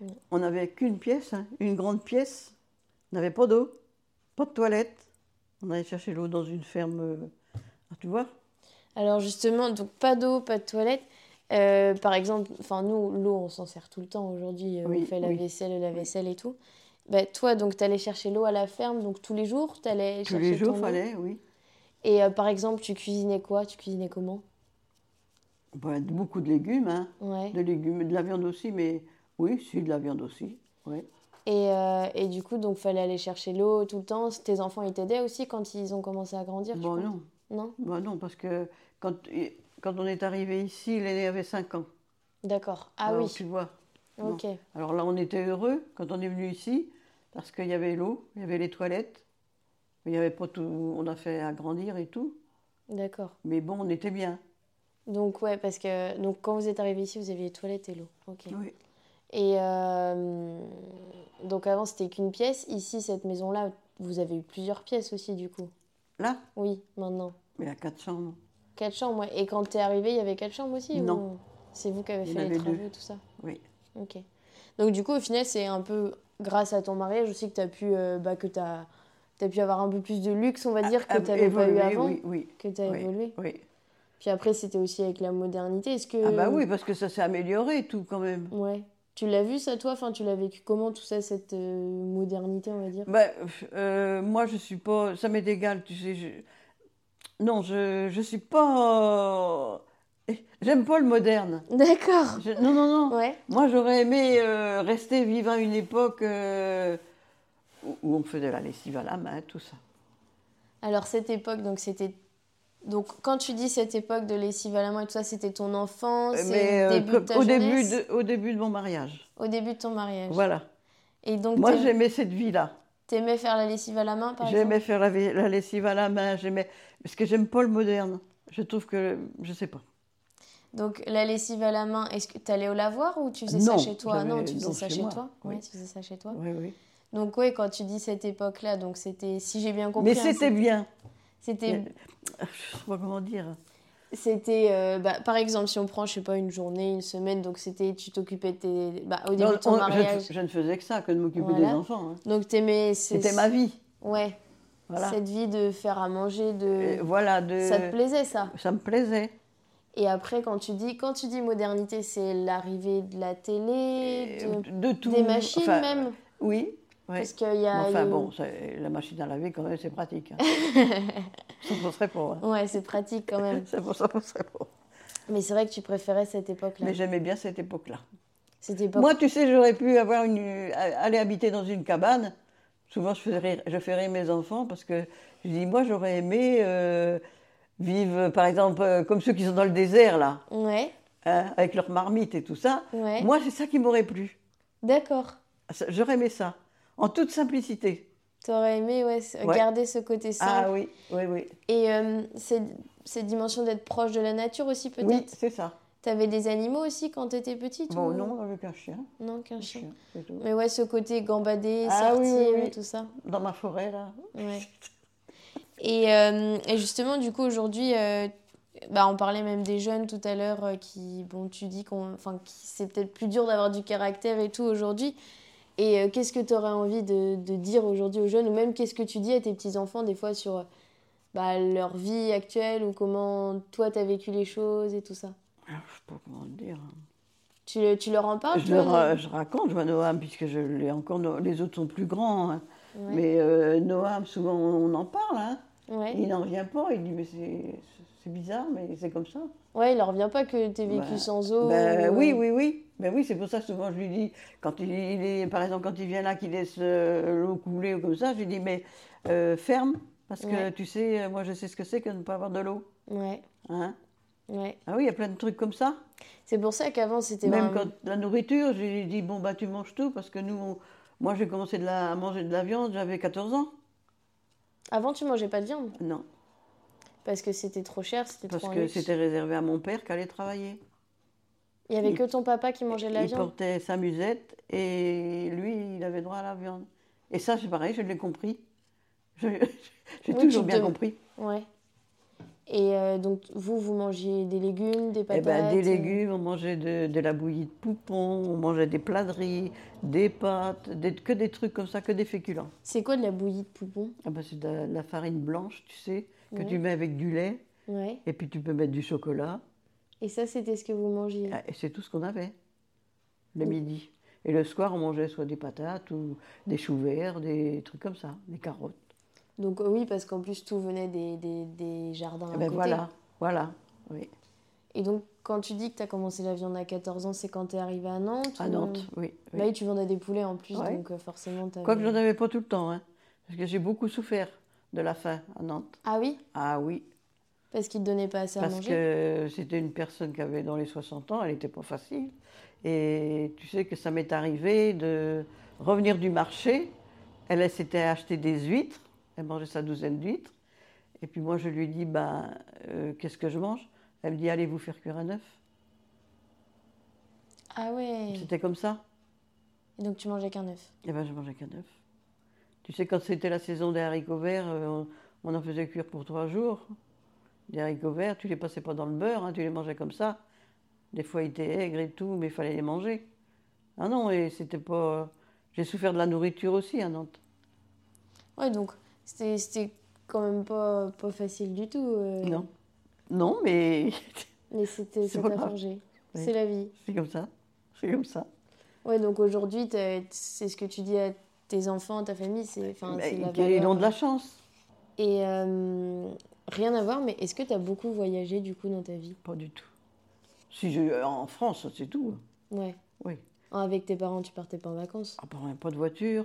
Non.
On n'avait qu'une pièce, hein, une grande pièce. On n'avait pas d'eau, pas de toilette. On allait chercher l'eau dans une ferme. euh, ah, tu vois
Alors justement, donc pas d'eau, pas de toilette. Euh, par exemple, enfin nous, l'eau, on s'en sert tout le temps aujourd'hui. euh, on
Oui,
fait la
oui.
vaisselle, la vaisselle et tout. Bah, toi, donc t'allais chercher l'eau à la ferme, donc tous les jours, t'allais
Tous
chercher
les jours,
ton eau.
fallait, oui.
Et euh, par exemple, tu cuisinais quoi? Tu cuisinais comment?
Bah, de- beaucoup de légumes, hein.
Ouais.
De légumes, de la viande aussi, mais oui, si, de la viande aussi. Oui.
Et, euh, et du coup, donc fallait aller chercher l'eau tout le temps. Tes enfants, ils t'aidaient aussi quand ils ont commencé à grandir, tu
Bon,
penses?
Bah non.
Non?
Bah, non, parce que quand, quand on est arrivé ici, l'aîné avait 5 ans.
D'accord. Ah
Alors,
oui.
Tu vois. non.
Ok.
Alors là, on était heureux quand on est venu ici, parce qu'il y avait l'eau, il y avait les toilettes, mais il y avait pas tout. On a fait agrandir et tout,
D'accord.
mais bon, on était bien.
Donc ouais, parce que donc quand vous êtes arrivé ici, vous aviez les toilettes et l'eau. Ok.
Oui.
Et euh, donc avant c'était qu'une pièce. Ici, cette maison-là, vous avez eu plusieurs pièces aussi du coup.
Là,
Oui, maintenant.
il y a quatre chambres.
Quatre chambres. ouais. Et quand t'es arrivé, il y avait quatre chambres aussi.
Non.
ou- C'est vous qui avez
Il y
fait
en
les
avait deux.
travaux et tout ça.
Oui.
Ok. Donc du coup, au final, c'est un peu grâce à ton mariage aussi que t'as pu euh, bah, que t'as t'as pu avoir un peu plus de luxe, on va dire, que
Ah,
t'avais pas eu
évoluer,
avant,
Oui, oui,
que t'as
oui.
évolué.
oui.
Puis après, c'était aussi avec la modernité. Est-ce que
Ah bah oui, parce que ça s'est amélioré tout quand même.
Ouais. Tu l'as vu ça toi? Enfin, tu l'as vécu comment tout ça, cette euh, modernité, on va dire?
Bah, euh, moi, je suis pas. Ça m'est égal, tu sais. je- Non, je, je suis pas. eh, J'aime pas le moderne.
D'accord.
Je- Non, non, non.
Ouais.
Moi, j'aurais aimé euh, rester vivant à une époque euh, où- où on faisait la lessive à la main, tout ça.
Alors cette époque, donc c'était... Donc quand tu dis cette époque de lessive à la main et tout ça, c'était ton enfance, et
Mais
Oh, le
euh,
début de
comme-
ta
au, début
jeunesse,
de, au début de mon mariage.
au début de ton mariage.
Voilà.
Et donc
Moi,
t'aim-
j'aimais cette vie-là.
t'aimais faire la lessive à la main, par exemple
J'aimais faire la, vi- la lessive à la main. J'aimais parce que j'aime pas le moderne. Je trouve que je sais pas.
Donc la lessive à la main, est-ce que t'allais au lavoir ou tu faisais ça
Non,
chez toi Non,
j'avais-
tu faisais
non,
ça
chez
chez
moi,
toi.
oui.
Ouais, tu faisais ça chez toi.
Oui, oui.
Donc oui, quand tu dis cette époque-là, donc c'était, si j'ai bien compris,
Mais
hein,
c'était bien.
c'était,
Je sais pas comment dire.
c'était, euh, bah, par exemple, si on prend, je sais pas, une journée, une semaine, donc c'était, tu t'occupais de tes, bah, au début
Non,
de ton
on- je-
mariage,
je, ne faisais que ça, que de m'occuper
Voilà.
des enfants. hein.
donc t'aimais, c'est-
C'était ma vie.
ouais,
Voilà.
cette vie de faire à manger,
Et euh,
de,
voilà de...
ça te plaisait ça.
ça me plaisait.
Et après, quand tu dis, quand tu dis modernité, c'est l'arrivée de la télé,
Et
de-
de tout.
des machines
Enfin,
même,
Oui. ouais.
parce qu'il y
Mais
a,
Enfin
eu-
bon, c'est- la machine à laver, quand même, c'est pratique. hein. ça ne serait pas. hein.
ouais, c'est pratique quand même.
Ça ne serait pas.
Mais c'est vrai que tu préférais cette époque-là.
Mais j'aimais bien cette époque-là.
Cette époque.
Moi, tu sais, j'aurais pu avoir une, euh, aller habiter dans une cabane. Souvent, je fais rire, je fais rire mes enfants parce que je dis, moi, j'aurais aimé euh, vivre, par exemple, euh, comme ceux qui sont dans le désert, là,
Ouais,
hein, avec leurs marmites et tout ça.
ouais.
Moi, c'est ça qui m'aurait plu.
D'accord.
Ça- J'aurais aimé ça, en toute simplicité.
T'aurais aimé ouais, s-
Ouais.
garder ce côté simple.
Ah oui, oui, oui.
Et euh, ces- cette dimension d'être proche de la nature aussi, peut-être.
Oui, c'est ça.
T'avais des animaux aussi quand t'étais petite
Bon,
ou-
non, avec un chien.
Non, qu'un
un
chien.
chien, c'est tout.
Mais ouais, ce côté gambader,
Ah oui,
sortir,
oui, oui.
tout ça.
Dans ma forêt, là.
Ouais. Et, euh, et justement, du coup, aujourd'hui, euh, bah, on parlait même des jeunes tout à l'heure euh, qui, bon, tu dis qu'on, enfin, qui- c'est peut-être plus dur d'avoir du caractère et tout aujourd'hui. Et euh, qu'est-ce que tu aurais envie de, de dire aujourd'hui aux jeunes, ou même qu'est-ce que tu dis à tes petits-enfants des fois sur euh, bah, leur vie actuelle ou comment toi t'as vécu les choses et tout ça?
Alors, Ah, je sais pas comment le dire.
Tu, le- tu leur en parles,
Je,
toi,
leur, euh,
non
je raconte, je vois Noam, puisque je l'ai encore. No- Les autres sont plus grands. hein.
Ouais,
Mais euh, Noam, souvent, on en parle. hein.
ouais.
Il n'en revient pas. Il dit Mais c'est c'est bizarre, mais c'est comme ça.
Ouais, il leur vient pas que t'es vécu
Bah,
sans eau.
Ben,
ou,
oui,
euh,
oui, oui. Ben oui, c'est pour ça que souvent je lui dis, quand il, il est, par exemple, quand il vient là, qu'il laisse euh, l'eau couler ou comme ça, je lui dis Mais euh, ferme, parce que
Ouais.
tu sais, euh, moi je sais ce que c'est que de ne pas avoir de l'eau.
Ouais,
hein.
ouais.
Ah oui, il y a plein de trucs comme ça.
C'est pour ça qu'avant c'était
Même
vraiment-
quand la nourriture, j'ai dit bon bah tu manges tout parce que nous, on- moi j'ai commencé de la- à manger de la viande, j'avais 14 ans.
Avant, tu mangeais pas de viande
Non,
parce que c'était trop cher, c'était
parce
trop un
que
luxe.
c'était réservé à mon père qui allait travailler.
Il y avait
il-
que ton papa qui mangeait de la
il
viande.
portait sa musette et lui, il avait droit à la viande. Et ça, c'est pareil, je l'ai compris. Je- J'ai
Oui,
toujours
tu
bien
te-
compris.
Ouais. Et euh, donc vous, vous mangiez des légumes, des
Eh
patates.
ben, des
euh,
légumes, on mangeait de, de la bouillie de poupon, on mangeait des pladeries, des pâtes, des- que des trucs comme ça, que des féculents.
C'est quoi de la bouillie de poupon
Ah ben, c'est de la, la farine blanche, tu sais, que
Ouais.
tu mets avec du lait.
Ouais.
Et puis tu peux mettre du chocolat.
Et ça, c'était ce que vous mangiez.
Ah, Et c'est tout ce qu'on avait le
Oui.
midi. Et le soir, on mangeait soit des patates ou des choux verts, des trucs comme ça, des carottes.
Donc euh, oui, parce qu'en plus tout venait des, des- des jardins à
Eh ben
côté.
voilà, voilà. Oui.
Et donc quand tu dis que tu as commencé la viande à 14 ans, c'est quand tu es arrivé à Nantes
À
ou-
Nantes, oui. oui.
Là, tu vendais des poulets en plus,
Ouais.
donc euh, forcément t'avais-
Quoique j'en avais pas tout le temps, hein, parce que j'ai beaucoup souffert de la faim à Nantes.
Ah oui,
Ah oui,
parce qu'ils te donnaient pas assez à
parce
manger.
que c'était une personne qui avait dans les 60 ans, elle n'était pas facile. Et tu sais que ça m'est arrivé de revenir du marché. Elle, elle s'était acheté des huîtres, elle mangeait sa douzaine d'huîtres. Et puis moi, je lui dis, ben, euh, qu'est-ce que je mange Elle me dit, allez vous faire cuire un œuf.
Ah ouais.
C'était comme ça.
Et donc tu mangeais qu'un œuf.
Et ben, je mangeais qu'un œuf. Tu sais, quand c'était la saison des haricots verts, euh, on, on en faisait cuire pour trois jours. Des haricots verts, tu les passais pas dans le beurre, hein, tu les mangeais comme ça. Des fois, ils étaient aigres et tout, mais il fallait les manger. Ah non, et c'était pas. euh, J'ai souffert de la nourriture aussi à Nantes.
Ouais, donc c'était c'était quand même pas, pas facile du tout. euh,
Non. Non, mais
Mais c'était
C'est
ça
pas
t'a
grave.
forgé.
Oui.
C'est la vie.
c'est comme ça. C'est comme ça.
Ouais, donc aujourd'hui, t'as- c'est ce que tu dis à tes enfants, ta famille, c'est enfin,
Mais
Ah, c'est la
Bah, ils
valeur. hein.
ont de la chance.
Et euh, rien à voir, mais est-ce que t'as beaucoup voyagé du coup dans ta vie?
Pas du tout. Si je... euh, En France, c'est tout.
Ouais.
Oui.
Ah, Avec tes parents, tu partais pas en vacances.
Ah, pas- pas de voiture.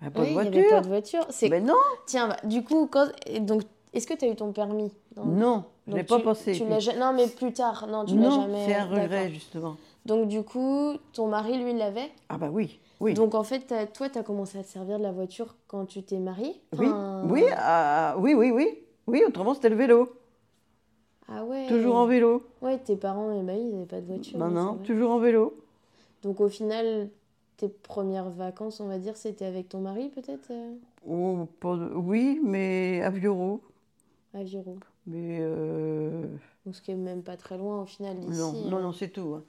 Ben, pas
Oui,
de
il n'y avait pas
voiture.
de voiture. C'est...
Ben non,
Tiens, bah, du coup, quand... et donc, est-ce que tu as eu ton permis Non.
non, je
Donc,
n'ai pas
tu-
pensé.
tu l'as ja- Non, mais plus tard. Non, tu l'as
non,
jamais.
c'est un regret
D'accord.
justement.
Donc, du coup, ton mari, lui, il l'avait
Ah bah oui, oui.
Donc, en fait, t'as- toi, tu as commencé à te servir de la voiture quand tu t'es mariée
oui,
Enfin,
oui, ah, oui, oui, oui, oui. Autrement c'était le vélo,
Ah ouais
toujours en vélo.
Ouais, tes parents et Maï, ils n'avaient pas de voiture.
non,
oui,
non,
c'est vrai.
toujours en vélo.
Donc, au final, tes premières vacances, on va dire, c'était avec ton mari, peut-être euh,
Oh, pas de- Oui, mais à Viorot.
À Giro.
Mais euh,
Donc, ce qui est même pas très loin, au final, d'ici.
non,
euh.
non, non, c'est tout. hein.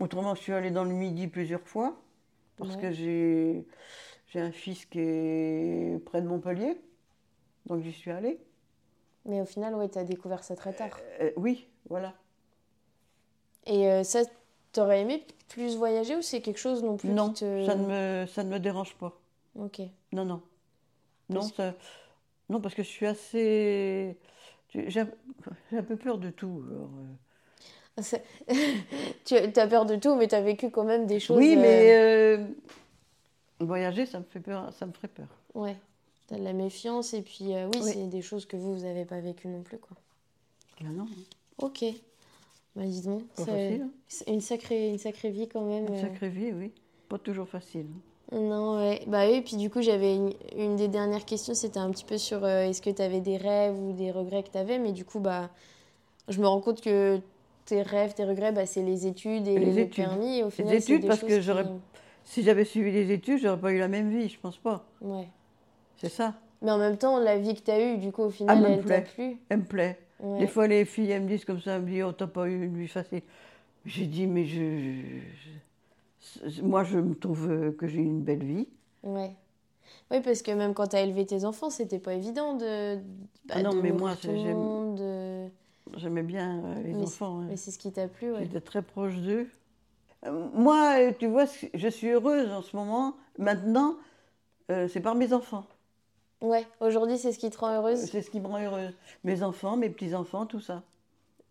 Autrement, je suis allée dans le Midi plusieurs fois parce
Ouais.
que j'ai j'ai un fils qui est près de Montpellier, donc j'y suis allée.
Mais au final, ouais, t'as découvert ça très tard.
Euh, oui, voilà.
Et euh, ça, t'aurais aimé plus voyager ou c'est quelque chose non plus
non,
qui te...
ça ne me ça ne me dérange pas.
Ok.
Non, non. Non,
Parce
ça- non, parce que je suis assez. J'ai j'ai un j'ai un peu peur de tout. alors, euh.
C'est- tu as peur de tout, mais t'as vécu quand même des choses...
Oui,
euh,
mais euh, voyager, ça me fait peur, ça me ferait peur.
Ouais, t'as de la méfiance et puis euh, oui,
Oui.
c'est des choses que vous, vous n'avez pas vécues non plus, quoi.
Ah non,
Ok. Bah dis donc,
pas
c'est-
facile. hein.
c'est une sacrée, une sacrée vie quand même.
Une
euh.
sacrée vie, oui. Pas toujours facile. hein.
Non, ouais. Bah oui, puis du coup, j'avais une, une des dernières questions, c'était un petit peu sur euh, est-ce que t'avais des rêves ou des regrets que t'avais, mais du coup, bah, je me rends compte que tes rêves, tes regrets, bah, c'est les études et
Les
le
études.
permis, et au final, c'est
études,
des
parce
choses
que
qui-
j'aurais- Si j'avais suivi les études, j'aurais pas eu la même vie, je pense pas.
Ouais.
C'est ça.
Mais en même temps, la vie que t'as eue, du coup, au final,
me
elle t'a
plaît.
plu.
Elle me plaît.
Ouais.
Des fois, les filles, elles me disent comme ça, elles me disent, oh, t'as pas eu une vie facile. J'ai dit, mais je, je- je- Moi, je me trouve euh, que j'ai eu une belle vie.
Ouais. Oui, parce que même quand t'as élevé tes enfants, c'était pas évident de. bah,
Ah non,
de
mais
nourrir
moi,
tout le
j'aime-
monde, de-
J'aimais bien euh, les
Mais c'est-
enfants. hein.
Mais c'est ce qui t'a plu, ouais.
J'étais très proche d'eux. Euh, Moi, euh, tu vois, c- je suis heureuse en ce moment. Maintenant, euh, c'est par mes enfants. Euh,
Ouais, aujourd'hui, c'est ce qui te rend heureuse.
C'est ce qui me rend heureuse. Mes enfants, mes petits-enfants, tout ça.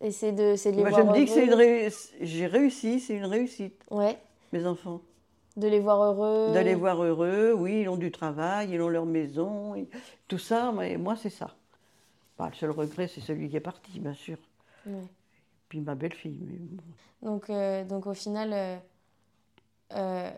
Et c'est de, c'est de les
Moi, je
voir
me dis que c'est une
heureux.
réussite. J'ai réussi, c'est une réussite,
Ouais,
mes enfants.
de les voir heureux.
D'aller voir heureux, oui, ils ont du travail, ils ont leur maison, et tout ça. Mais moi, c'est ça. Bah, le seul regret, c'est celui qui est parti, bien sûr.
Ouais.
Puis ma belle-fille. mais bon.
Donc, euh, donc au final, euh, euh,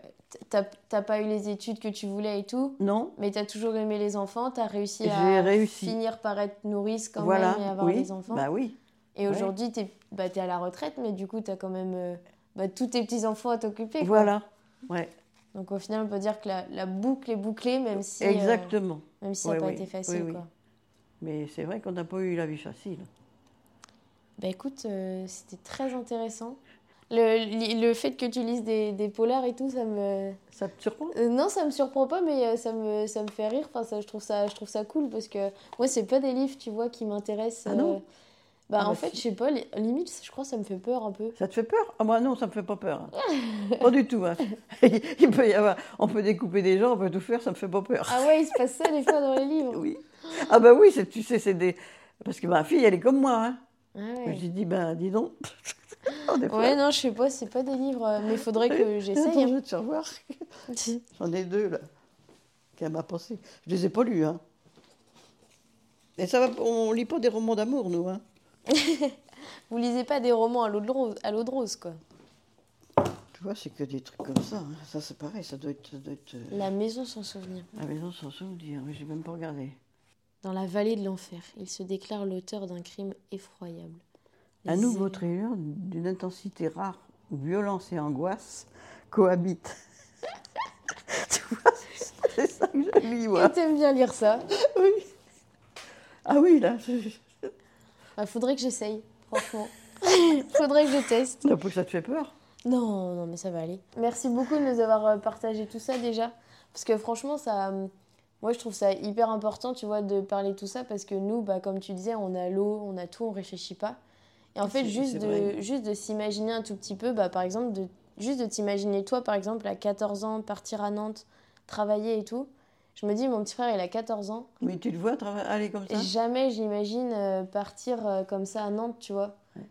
t'as t'as pas eu les études que tu voulais et tout,
Non,
mais t'as toujours aimé les enfants, t'as réussi
J'ai
à
réussi.
finir par être nourrice quand
voilà.
même et avoir
oui,
des enfants.
Bah oui.
Et
Ouais.
aujourd'hui, t'es bah, t'es à la retraite, mais du coup, t'as quand même euh, bah, tous tes petits-enfants à t'occuper. quoi.
Voilà. Ouais,
Donc au final, on peut dire que la, la boucle est bouclée, même si, euh,
exactement.
même si ça n'a
Ouais,
pas
oui.
été
Oui,
facile.
oui.
quoi.
Mais c'est vrai qu'on n'a pas eu la vie facile.
Bah écoute, euh, c'était très intéressant. Le, li- le fait que tu lises des, des polars et tout, ça me...
Ça te surprend
euh, non, ça me surprend pas, mais euh, ça me, ça me fait rire. Enfin, ça, je, trouve ça, je trouve ça cool parce que moi, c'est pas des livres, tu vois, qui m'intéressent.
Ah non
Bah
Ah bah
en fait,
si.
je sais pas, li- limite, je crois que ça me fait peur un peu.
Ça te fait peur Ah moi non, ça me fait pas peur. hein. pas du tout. hein. Il peut y avoir, on peut découper des gens, on peut tout faire, ça me fait pas peur.
Ah ouais, il se passe ça des fois dans les livres.
oui. Ah bah oui, c'est- tu sais, c'est des. Parce que ma fille, elle est comme moi. Hein.
Ah ouais.
J'ai dit, ben dis donc. Oh, des fois,
Ouais, non, je sais pas, c'est pas des livres, euh, mais faudrait que
Attends, je
j'essaye.
vais te faire voir.
hein.
J'en ai deux là. Qu'elle m'a pensé. Je les ai pas lus. Hein. Et ça va, on lit pas des romans d'amour, nous. Hein.
Vous lisez pas des romans à l'eau de rose, à l'eau de rose, quoi.
Tu vois, c'est que des trucs comme ça. hein. Ça, c'est pareil, ça doit être. Ça doit être euh,
La maison sans souvenir.
La maison sans souvenir, mais j'ai même pas regardé.
Dans la vallée de l'enfer, il se déclare l'auteur d'un crime effroyable.
Un
Les
nouveau
élèves-
thriller d'une intensité rare où violence et angoisse cohabitent. tu vois, c'est ça- c'est ça que je lis,
Et
moi.
T'aimes bien lire ça
Oui. Ah oui, là, c'est-
Bah, Faudrait que j'essaye, franchement. faudrait que je teste.
là, pour que ça te fait peur.
Non, non, mais ça va aller. Merci beaucoup de nous avoir euh, partagé tout ça déjà. Parce que franchement, ça. euh, Moi, je trouve ça hyper important, tu vois, de parler tout ça. Parce que nous, bah, comme tu disais, on a l'eau, on a tout, on réfléchit pas. Et en fait,
Ah, C'est-
juste
c'est
de,
vrai.
juste de s'imaginer un tout petit peu, bah, par exemple, de, juste de t'imaginer, toi, par exemple, à 14 ans, partir à Nantes, travailler et tout. Je me dis, mon petit frère, il a 14 ans.
Mais tu le vois trava- aller comme
Et
ça
jamais j'imagine euh, partir euh, comme ça à Nantes, tu vois.
Ouais.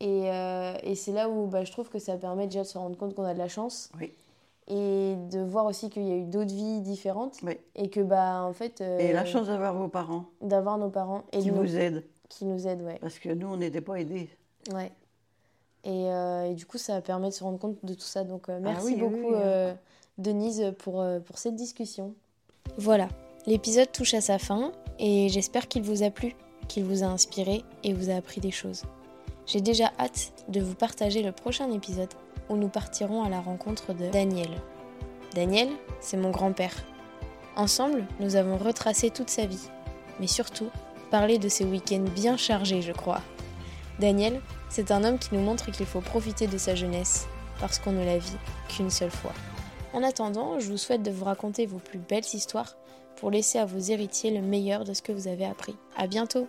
Et, euh, et c'est là où bah, je trouve que ça permet déjà de se rendre compte qu'on a de la chance.
Oui.
Et de voir
voir aussi qu'il y a eu d'autres vies différentes
Oui.
et que bah en fait euh,
Et la chance d'avoir vos parents
d'avoir nos parents et
qui
nous-
vous aident.
qui nous aident, ouais.
Parce que nous, on n'était pas aidés.
Ouais. Et, euh, et du coup, ça permet de se rendre compte de tout ça. Donc,
Ah
euh, merci
oui, oui,
beaucoup,
oui.
euh, Denise, pour, euh, pour cette discussion.
Voilà, l'épisode touche à sa fin et j'espère qu'il vous a plu, qu'il vous a inspiré et vous a appris des choses. J'ai déjà hâte de vous partager le prochain épisode où nous partirons à la rencontre de Daniel. Daniel, c'est mon grand-père. Ensemble, nous avons retracé toute sa vie, mais surtout parlé de ses week-ends bien chargés, je crois. Daniel, c'est un homme qui nous montre qu'il faut profiter de sa jeunesse, parce qu'on ne la vit qu'une seule fois. En attendant, je vous souhaite de vous raconter vos plus belles histoires pour laisser à vos héritiers le meilleur de ce que vous avez appris. À bientôt!